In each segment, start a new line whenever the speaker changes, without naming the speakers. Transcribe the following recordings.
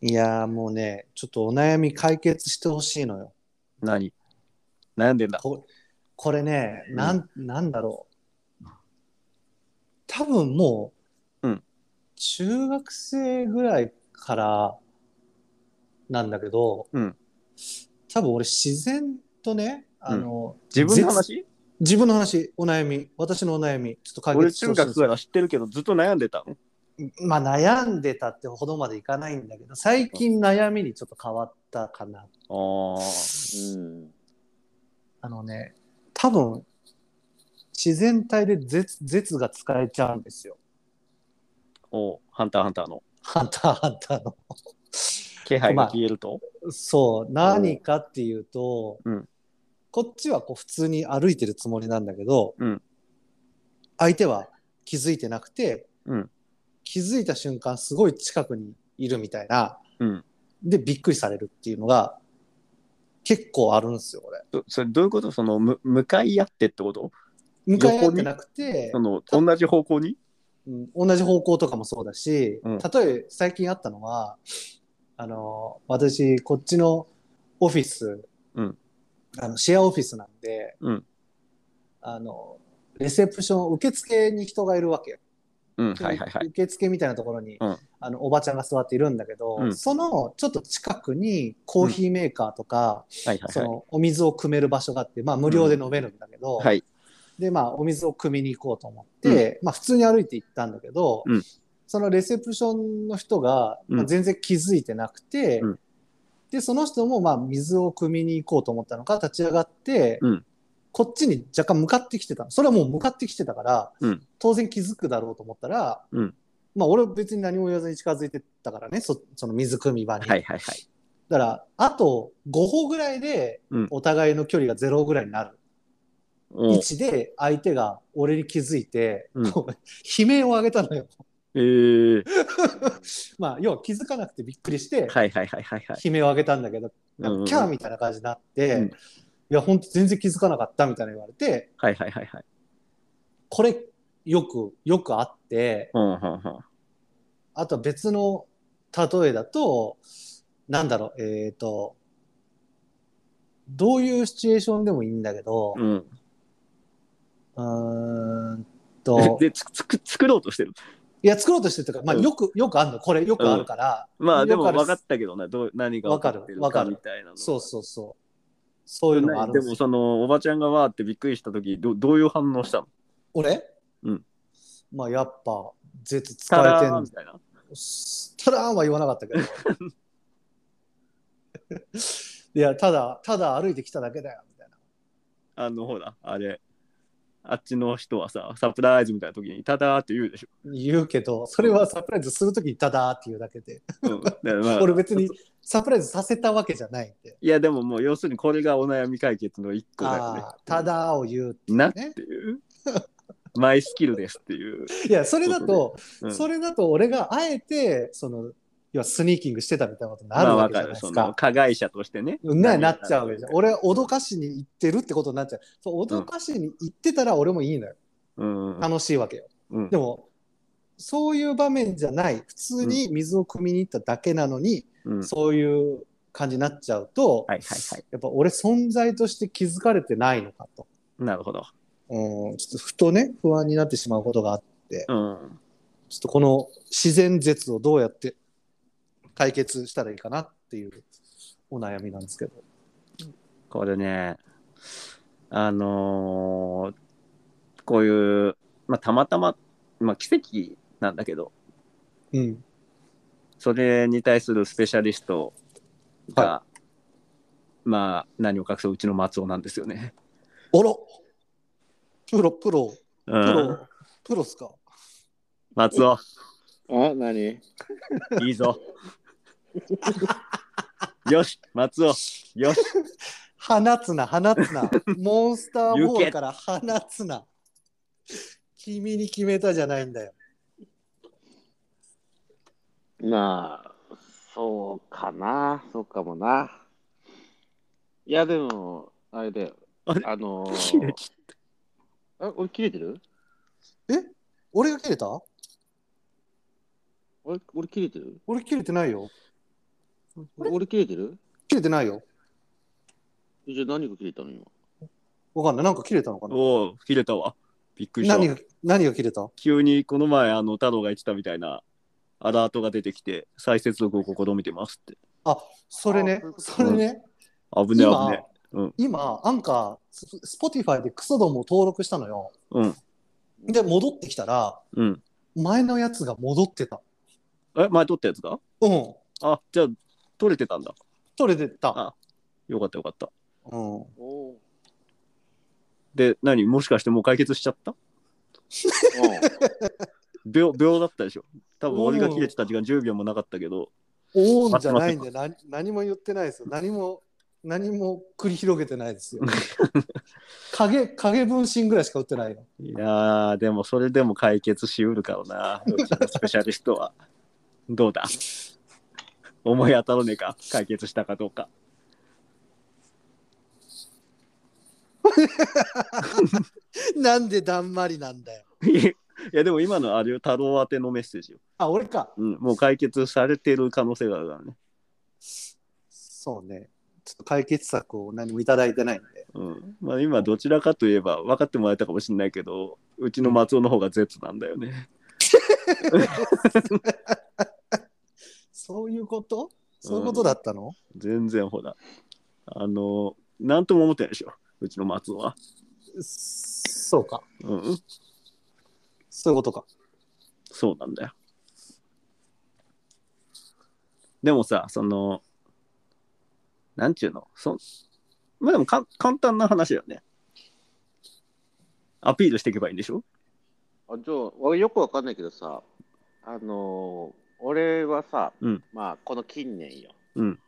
いやーもうね、ちょっとお悩み解決してほしいのよ。
何悩んでんだ。
ここれね、
うん
なん、なんだろう。多分もう、
うん
中学生ぐらいからなんだけど、
うん
多分俺自然とね、あの、
自分の話
自分の話、お悩み、私のお悩み、ちょっと解
俺
決して
中
ほしいんで
学
す
から知ってるけどずっと悩んでたの
まあ悩んでたってほどまでいかないんだけど、最近悩みにちょっと変わったかな。
ああ。うん。
あのね、多分、自然体で絶絶が使えちゃうんですよ。
おうハンターハンターの
ハンターハンターの。
気配が消えると、
そう、何かっていうと、
うん
こっちはこう普通に歩いてるつもりなんだけど、
うん
相手は気づいてなくて、
うん
気づいた瞬間すごい近くにいるみたいな、
うん
でびっくりされるっていうのが結構あるんですよ、俺。
そそれどういうことそのむ向かい合ってってこと
向かい合ってなくて
そ、の同じ方向に
うん同じ方向とかもそうだし、
うん
例えば最近あったのはあの私こっちのオフィス、
うん
あのシェアオフィスなんで、
うん
あのレセプション受付に人がいるわけよ、
うんはいはいはい。
受付みたいなところに、
うん
あのおばちゃんが座っているんだけど、
うん
そのちょっと近くにコーヒーメーカーとか、
はいはい
そ
はい。
のお水を汲める場所があって、まあ、無料で飲めるんだけど、
はい、
で、まあ、お水を汲みに行こうと思って、まあ、普通に歩いて行ったんだけど、
うん
そのレセプションの人が、ま
う
あ、
ん
全然気づいてなくて、
うん
で、その人も、まあ、水を汲みに行こうと思ったのか、立ち上がって、
うん
こっちに若干向かってきてたの。それはもう向かってきてたから、
うん
当然気づくだろうと思ったら、
うん
まあ、俺は別に何も言わずに近づいてったからね、そその水汲み場に。
はいはいはい。
だから、あと5歩ぐらいで
うん、
お互いの距離が0ぐらいになる。
お
位
う
置で相手が俺に気づいて、
うん
こう悲鳴を上げたのよ。
えー、
まあ要は気づかなくてびっくりして、
はいはいはいはいはい。
悲鳴を上げたんだけど、
うんうんうん
キャーみたいな感じになって、
うん
いや本当全然気づかなかったみたいな言われて
はいはいはいはい。
これよくよくあって
うんうんうん。
あとは別の例えだとなんだろうえっ、とどういうシチュエーションでもいいんだけど、
うん、
うーん と
でつつく作ろうとしてる。
いや作ろうとしてるというか、まあ、
うん
よくよくあるのこれよくあるから。
まあでも
わかる
分かったけどな、どう何が起こってる
わか
か
る
み
わか
たいなの。
そうそうそう。そういうのがあるん
で
です
も
よ。
そのおばちゃんがわーってびっくりした時どどういう反応したの
俺
うん。
まあやっぱ、絶使
た
えて
ら
ん
ーみ
の。
たいな。
たらーんは言わなかったけど。 いや、ただ、ただ歩いてきただけだよ、みたいな。
あのほら、あれ。あっちの人はさ、サプライズみたいな時に、ただーって言うでしょ。
言うけど、それはサプライズするときにただーって言うだけで。
うんだからまあ
俺別にサプライズさせたわけじゃないんで。
いや、でももう、要するにこれがお悩み解決の一個だよね
ああ。ー、ただーを言う。
なっていう。マイスキルですっていう。
いや、それだと、
うん
それだと俺があえて、その、要はスニーキングしてたみたいなことにな
まあ
るわ
わ
けじ
か
ゃない
る。
で
そ
すか。
の加害者としてね。
ね、なっちゃうわけじゃん。俺、脅
か
かしに行ってるってことになっちゃう。そう、脅かしに行ってたら俺もいいのよ。
うん
楽しいわけよ。
うん
でも、そういう場面じゃない。普通に水を汲みに行っただけなのに、
うん。
そういう感じになっちゃうと、
はいはいはい。
やっぱ俺存在として気づかれてないのかと。
なるほど。
うん、ちょっとふとね、不安になってしまうことがあって、
うん。
ちょっとこの自然絶をどうやって解決したらいいかなっていうお悩みなんですけど。
これね、あのーこういう、まあ、たまたま、まあ、奇跡なんだけど、
うん。
それに対するスペシャリストが、
は
まあ、何を隠そう、うちの松尾なんですよね。
おろプロ、プロ。
う
プ
ん、
ロ、プロっすか
松尾、
あ、何
いいぞ。よし、松尾、よし、
放つな、放つ な。モンスターボールから放つな。君に決めたじゃないんだよ。
まあ、そうかな、そうかもな。いや、でも、あれだよ。
あれ
あの
切れ
ー、
切った
あ俺切れてる
俺が切れた
俺、俺切れてる
俺切れてないよ。
俺切れてる
切れてないよ。
じゃあ何が切れたの今。
わかんない。なんか切れたのかな
おお、切れたわ。びっくりした。
何が、何が切れた
急にこの前、あの、太郎が言ってたみたいな、アラートが出てきて、再接続を試みてますって。
それね
あそうい
それ
う、こと
ね、
危ねえ危
今
ねえ。、うん
今、アンカー、スポティファイでクソどもを登録したのよ。
うん。
で、戻ってきたら、
うん。
前のやつが戻ってた。
え、前撮ったやつか
うん。
あ、じゃあ、撮れてたんだ。
取れてた。
あよかったよかった。
うん。
おう
で、何もしかしてもう解決しちゃった秒秒だったでしょ。多分俺が切れてた時間10秒もなかったけど、
オーンじゃないんで、な何も言ってないですよ。何も、何も繰り広げてない ですよ。影、影分身ぐらいしか打ってないよ。
いやー、でもそれでも解決しうるからな、うちのスペシャリストは。 どうだ思い当たらねえか、解決したかどうか。
なんでだんまりなんだよ。
いや、でも今のあれよ、太郎宛てのメッセージよ。
あ、俺か。
うん、もう解決されてる可能性があるからね。
そうね。ちょっと解決策を何もいただいてないんで。
うん。まあ今、どちらかといえば分かってもらえたかもしれないけど、うちの松尾の方が絶なんだよね。
そういうことそういうことだったの、
全然ほら。あの、なんとも思ってないでしょ、うちの松尾は。
そうか。
うん、
そういうことか。
そうなんだよ。でもさ、その、なんちゅうの、そまあでもかん簡単な話だよね。アピールしていけばいいんでしょ
おうあじゃあ、俺よくわかんないけどさ、あのー俺はさ、
うん
まあ、この近年よ、
うん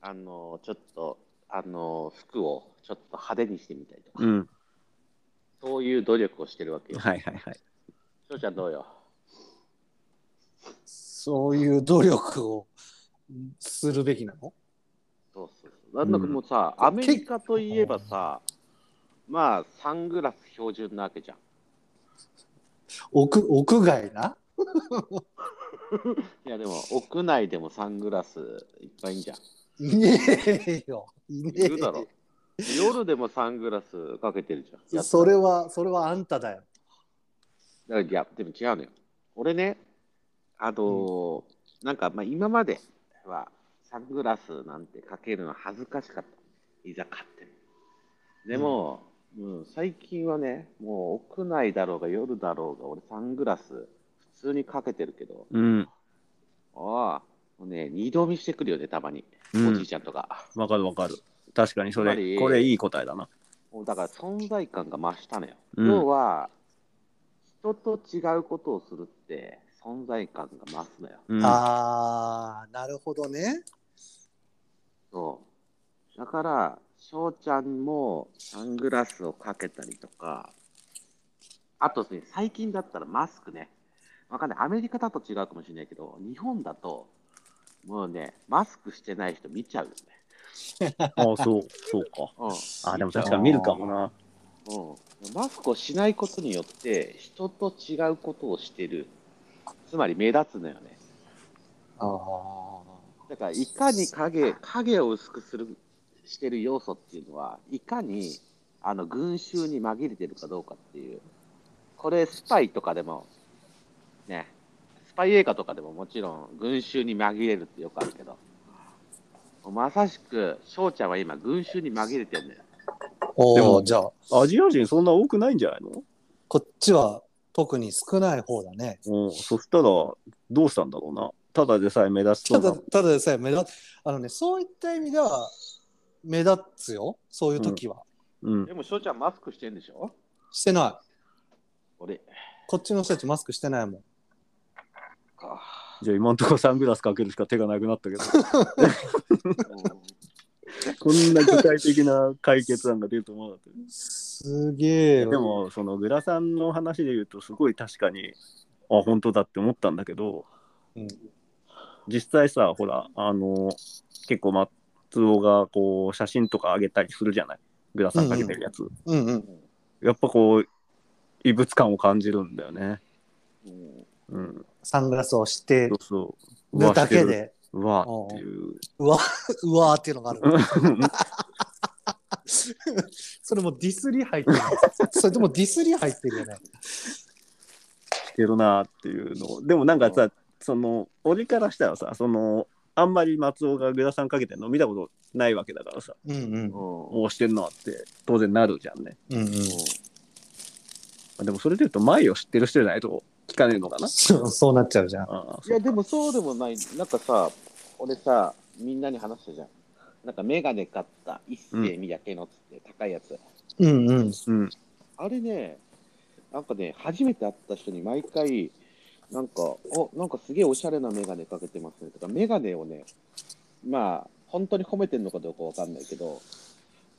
あのーちょっと、あのー服をちょっと派手にしてみたりとか、
うん。
そういう努力をしてるわけよ。
はいはいはい。
翔、ちゃんどうよ。
そういう努力をするべきなの
そうそうそう。なんだかもうさ、アメリカといえばさ、まあ、サングラス標準なわけじゃん。
屋屋外ない
やでも屋内でもサングラスいっぱいいんじゃん。
いねえよ。いねえ
いるだろ。 夜でもサングラスかけてるじゃん。やったら
それは、それはあんただよ。
だからいやでも違うのよ。俺ね、あのーなんかまあ今まではサングラスなんてかけるの恥ずかしかった。いざ買っても。でも、うん最近はね、もう屋内だろうが夜だろうが俺サングラス普通にかけてるけど、
うん。
ああ、もうね、二度見してくるよね、たまに。
うん
おじいちゃんとか。
わかるわかる。確かにそ
つまり
れ、これいい答えだな。
もうだから存在感が増したのよ。
うん
要は、人と違うことをするって存在感が増すのよ。
うん、
ああ、なるほどね。
そう。だから、翔ちゃんもサングラスをかけたりとか、あとね、最近だったらマスクね。わかんない。アメリカだと違うかもしれないけど、日本だと、もうね、マスクしてない人見ちゃうよね。
あそう、そうか。
うん。
あでも確かに見るかもな。
うん、マスクをしないことによって人と違うことをしてるつまり目立つのよね
ああ。
だからいかに影影を薄くするしてる要素っていうのはいかにあの群衆に紛れてるかどうかっていうこれスパイとかでもねスパイ映画とかでももちろん群衆に紛れるってよくあるけどまさしく翔ちゃんは今群衆に紛れてるんだよ
で
おお、
も
じゃあ、
アジア人そんな多くないんじゃないの
こっちは特に少ない方だね。
うん。そしたら、どうしたんだろうな。ただでさえ目立つ
た
と
だ、
な。
ただでさえ目立つ。あのね、そういった意味では目立つよ。そういう時は。
うん。
でも翔ちゃんマスクしてるんでしょ
してない。
俺
こっちの人たちマスクしてないもん。
か
じゃあ今んとこサングラスかけるしか手がなくなったけど、
うん
こんな具体的な解決案が出ると思わなかっ
すげえ
た。
よ。
でも、そのグラさんの話で言うと、すごい確かに、あ、本当だって思ったんだけど、
うん、
実際さ、ほら、あの、結構松尾がこう、写真とか上げたりするじゃないグラさんかけてるやつ。
うんうん。
やっぱこう、異物感を感じるんだよね。
うん
うん。
サングラスをして
そうそう。う
る
わ
だけ。
してる
で、
うわーっていう。
うわーっていうのがある。
うん
それもディスり入ってる。それともディスり入ってるよね。
してるなっていうのをでもなんかさその俺からしたらさそのあんまり松尾が上田さんかけてるの見たことないわけだからさ
うんうん。
う
おおしてんなって当然なるじゃんね
うんうん。
でもそれで言うと前を知ってる人じゃないと聞かねえのかな
そう そうなっちゃうじゃん。
ああ
ん。いや、でもそうでもない。なんかさ、俺さ、みんなに話したじゃん。なんかメガネ買った、一世三宅のっつって、高いやつ。
うんうん。
うん
あれね、なんかね、初めて会った人に毎回、なんか、お、なんかすげえおしゃれなメガネかけてますねとか、メガネをね、まあ、本当に褒めてんのかどうかわかんないけど、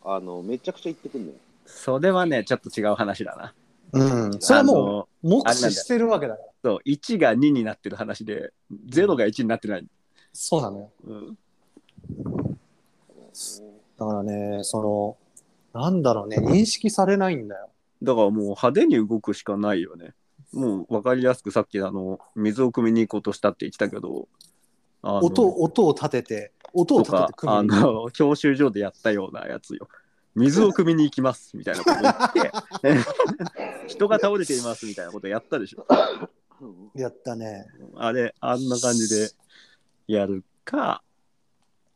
あの、めちゃくちゃ言ってくんのよ。
それはねちょっと違う話だな
うん。それは
あ
も
の
う目視してるわけだから。
そう1が2になってる話で0が1になってない、
そうなのよ。
うん、
だからね、その、なんだろうね、認識されないんだよ。
だからもう派手に動くしかないよねもう分かりやすくさっきあの水を汲みに行こうとしたって言ってたけどあの
音音を立てて、音を
と
立て
か
て、組
あ
みに行く
の、教習所でやったようなやつよ。水を汲みに行きますみたいなこと言って、 人が倒れていますみたいなことやったでしょ。
うん
やったね。
あれ、あんな感じでやるか、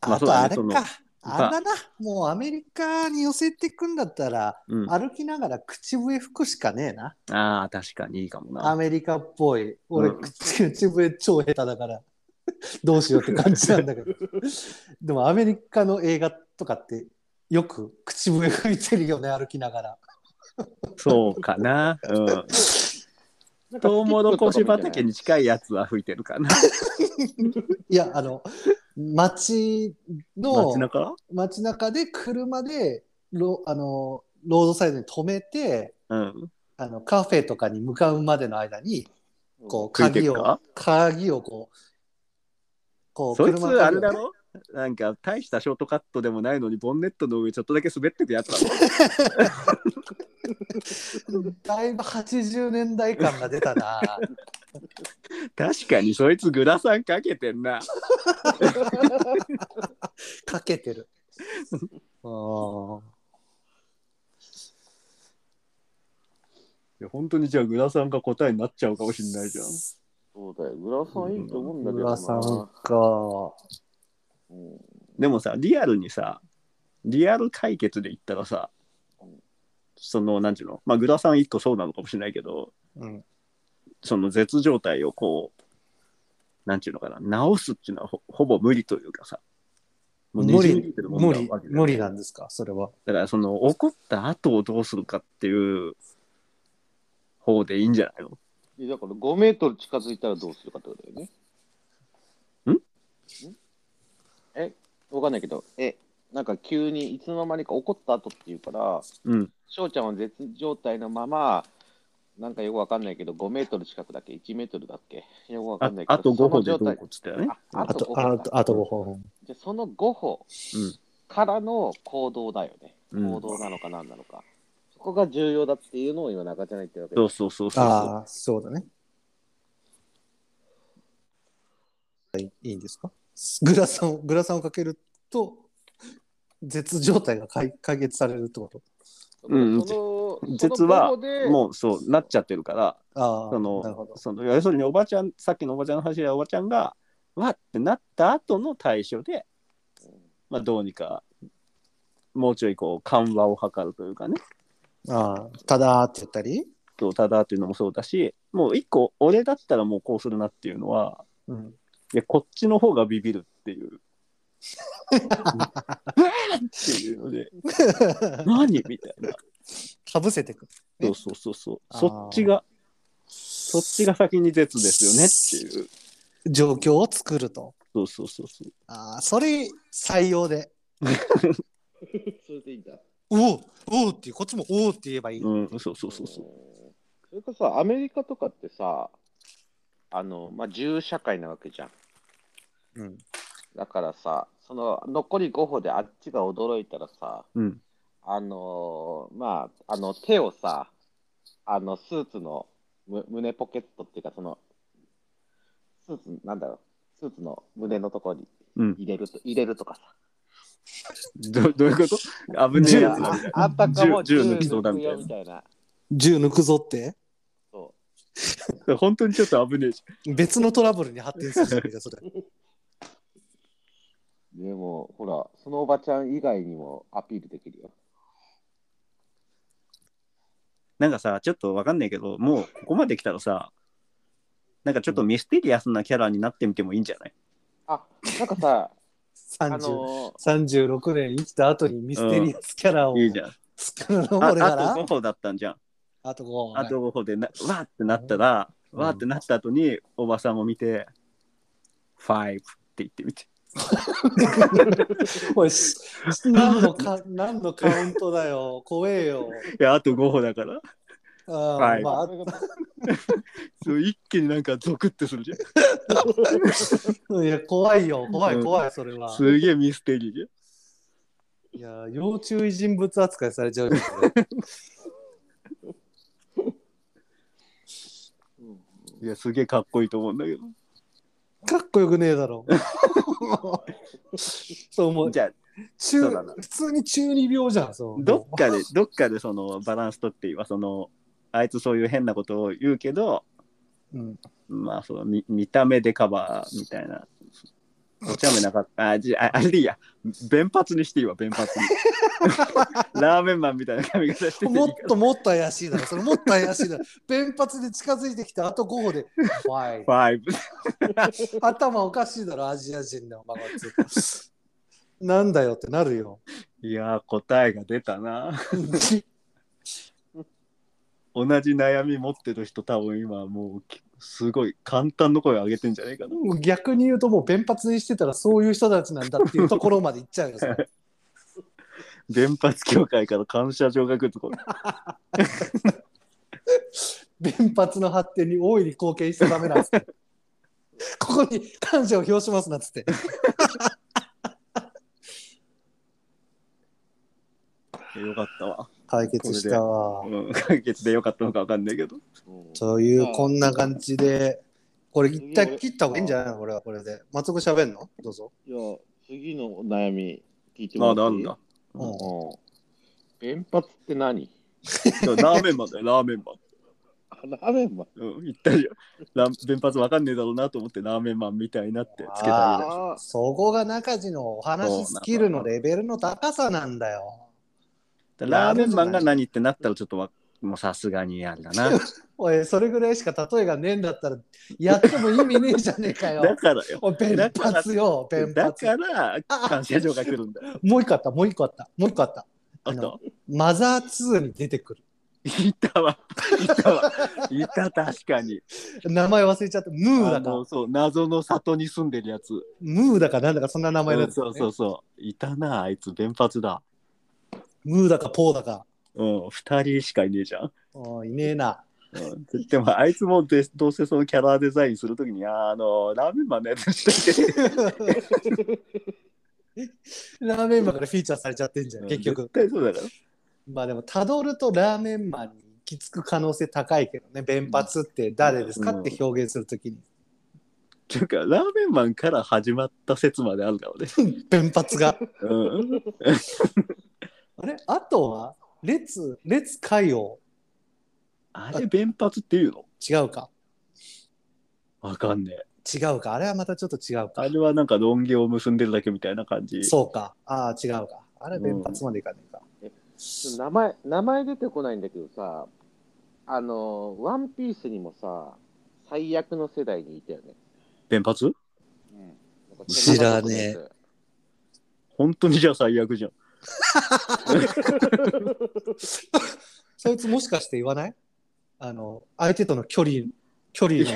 まあ
あ
そ
と
うだ
あ
ね
れ
その
か。あれだな、もうアメリカに寄せてくんだったら、
うん、あ
歩きながら口笛吹くしかねえな。
あー、確かにいいかも
ア
な。
メリカっぽい。俺、
うん
口口笛超下手だから、 どうしようって感じなんだけ ど。でも、アメリカの映画とかって、よく口笛吹いてるよね、歩きながら。
そうかな。うん。トウモロコシ畑に近いやつは吹いてるかな。
いや、あの、街の
街、中
街中で車でロ、あの、ロードサイドに止めて、
うん。
あのカフェとかに向かうまでの間に、こう、
吹いて
鍵
るか
を、鍵をこう、こ
そいつ
車の鍵を
あれだろなんか大したショートカットでもないのにボンネットの上ちょっとだけ滑っててやつだろ
だいぶ80年代感が出たな。
確かにそいつグラサンかけてんな。
かけてる。あー
いや本当にじゃあグラさんが答えになっちゃうかもしんないじゃん。
そうだよ。浦さんいいと思うんだけどな。
村さんか。
うん
でもさリアルにさリアル解決で言ったらさそのなんていうのまあグラさん一個そうなのかもしれないけど
うん。
その絶状態をこうなんていうのかな直すっていうのはほほぼ無理というかさもう
無
にじみ
理
出てる、もん
無
な
理
わけ、だよ
無理なんですか、それは。
だからその怒った後をどうするかっていう方でいいんじゃないの
いやだから5メートル近づいたらどうするかってことだよね。
ん
え、わかんないけど、え、なんか急にいつの間にか怒った後っていうから、
うん
翔ちゃんは絶状態のまま、なんかよくわかんないけど、5メートル近くだっけ ?1 メートルだっけよくわか
あ
んないけど、
あと5歩で
そ
どう
の状態
こうっつったよね
ああ
あ
と
と、
5歩
あ
か
と、あと5本。
じゃあその5歩
うん
からの行動だよね。
うん
行動なのか何なのか。そこが重要だっていうのを今中じゃないってわけ
そうそうそうそうそう
ああ、そうだね。はい、いいんですかグラサンを、グラサンをかけると、絶状態が解解決されるってこと
うん
その
実は
その5歩で
もうそうなっちゃってるから
ああ、
その
なるほど。
その要するにおばちゃんさっきのおばちゃんの話でおばちゃんがわってなった後の対処で、まあ、どうにかもうちょいこう緩和を図るというかね
ああ、ただーって言ったり
そうただっていうのもそうだしもう一個俺だったらもうこうするなっていうのは
うん。
いやこっちの方がビビるって いう。っていうので何みたいな
かぶせてく。
そうそうそうそう
あー
そっちがそっちが先に絶ですよねっていう
状況を作ると。
そうそうそうそう
ああ、それ採用で。
それでいいんだ。
おおおおっていう、こっちもおおって言えばいい。
うん、そうそうそうそう。
う。それこそアメリカとかってさ、あの、まあ、自由社会なわけじゃん。
うん。
だからさ、その残り5歩であっちが驚いたらさ、
うん、
あのーまあ、あの手をさ、あのスーツのむ胸ポケットっていうか、その、スーツ、なんだろう、ススーツの胸のところに
うん。
入れると入れるとかさ。
ど どういうこと危ねえやつだみたい
あんたかも
銃
銃
銃抜きそうだみたいな
抜くよみたいな。
銃抜くぞって
そ
な。本当にちょっと危ねえじ
別のトラブルに発展するじゃないかそれ
う。でも、ほら、そのおばちゃん以外にもアピールできるよ。
ゃん。なんかさ、ちょっとわかんないけど、もうここまで来たらさ、なんかちょっとミステリアスなキャラになってみてもいいんじゃない
あ、なんかさ、 あの
30
ー
36年生きた後にミステリアスキャラを
いいじゃん。あ
遡れた
あ
ら
と5歩だったんじゃん。
あと5
あと5歩でな、わーってなったら、
うん
わーってなった後に、おばさんを見て、5って言ってみて。
おいし何のか何のカウントだよ怖えよ
いや、あと5歩だから。
あー、
はい
まあ
そう一気になんかゾクってするじゃ
あいや怖いよ怖
う
い
ん
怖いそれは
ん。、すげえミステリーじ
いや要注意人物扱いされちゃうよそれ
うん
ゃん。いや、すげえかっこいいと思うんだけど。
かっこよくねえだ ろそう思う
じゃあ、
中
そうだな
普通に中二病じゃんそう
どっか で、どっかでそのバランス取っていいわ。その、あいつそういう変なことを言うけど、
うん、
まあ、その見見た目でカバーみたいな。お茶目なかった。あ、じゃあ、あれでいいや。弁髪にしていいわ、弁髪 に。ラーメンマンみたいな髪型してていい
もっ
から。
ともっと怪しいだろそれもっと怪しいだ ろ弁髪で近づいてきてあと5歩で「怖い
ファイブ。
頭おかしいだろアジア人の孫つなんだよってなる よ
いやー、答えが出たな。同じ悩み持ってる人多分今もうきすごい簡単の声を上げてんじゃないかな。
逆に言うともう弁髪にしてたらそういう人たちなんだっていうところまで行っちゃうよそれ
原発協会から感謝状が来るとこ。
弁髪の発展に大いに貢献しちゃダメなんですってここに感謝を表しますなっつって
よかったわ。
解決したわ
うん、解決でよかったのかわかんないけど。
うん
というこんな感じでこれ一旦切った方がいいんじゃないのこれはこれで松尾君喋んのどうぞ
いや、次のお悩み聞いて
まあ
も
な
らっ
ん
ていい
だ。
うん
うん。弁髪って何
ラーメンマンだよ、ラ ーメンマン。
あラーメンマン。
うん、言ったじゃん。ラ原発わかんねえだろうなと思ってラーメンマンみたいになってつけたあげる。
あー
そこが中地のお話スキルのレベルの高さなんだよ。
だからラーメンマンが何ってなったらちょっとわもうさすがにあれだな。
おい、それぐらいしか例えがねえんだったら、やっても意味ねえじゃねえか
だ
よ。
からよ。
おい、弁髪よ、弁
だ
髪
か。ら感謝状が来るんだよ。
もう一個あった、もう一個あった、もう一個あった。
あと。
マザー2に出てくる。
いた わ。いたわ。いた、確かに。
名前忘れちゃった。ムー
あ
だか
の、、そう、謎の里に住んでるやつ。
ムーだか、なんだか、そんな名前だった
そ
よ
う
ね、
そうそう。いたな、あいつ、弁髪だ。
ムーだか、ポーだか。
うん、二人しかいねえじゃん。
おいいねえな。
うん、でも、あいつもでどうせそのキャラデザインするときに、あーあの、ラーメンマンのやつしてて。
ラーメンマンからフィーチャーされちゃってんじゃん、結
うん
局
絶。対そうだから。
まあでも、たどるとラーメンマンに行き着く可能性高いけどね、弁髪って誰ですか
うん
って表現するときに、
ていうか、ラーメンマンから始まった説まであるからね。
弁髪 が。
うん。
あれあとは、列、列海王。
あれ、弁髪っていうの
違うか。
わかんね
違
え。
うか。あれはまたちょっと違うか
あ。れはなんか論議を結んでるだけみたいな感じ。
そうか。ああ、違うか。あれは弁髪までいかねえか。
名前、名前出てこないんだけどさ、あの、ワンピースにもさ、最悪の世代にいたよね。
弁髪
うん
知らね
本当にじゃあ最悪じゃん。
そいつもしかして言わないあの、相手との距離、距 離の、距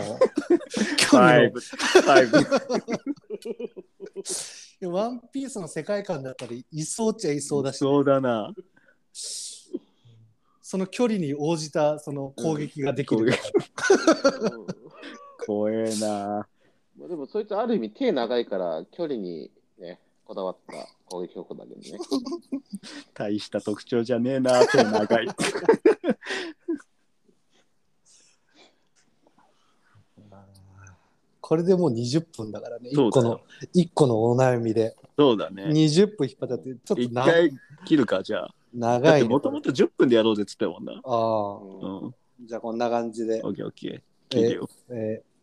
離の
5。5。
でもワンピースの世界観だったりいそうっちゃいそうだし、
そうだな。
その距離に応じたその攻撃ができる、
うん
うん
怖えな。
まあでも、そいつある意味手長いから、距離にね、こだわった攻撃方法だけどね。
大した特徴じゃねえな。手長 い。
まあこれでもう20分だからね、1
そうだ
個
よ
の、一個のお悩みで、
そうだね。
20分引っ張ったって、ちょっと
一
な
回切るか、じゃあ。だ
長
っ
い
て
ね
もともと10分でやろうぜって言ったもんな。
ああ、
うん。オ
じゃあこんな感じで、
ッケーオッケー。
え
切るよ。
えー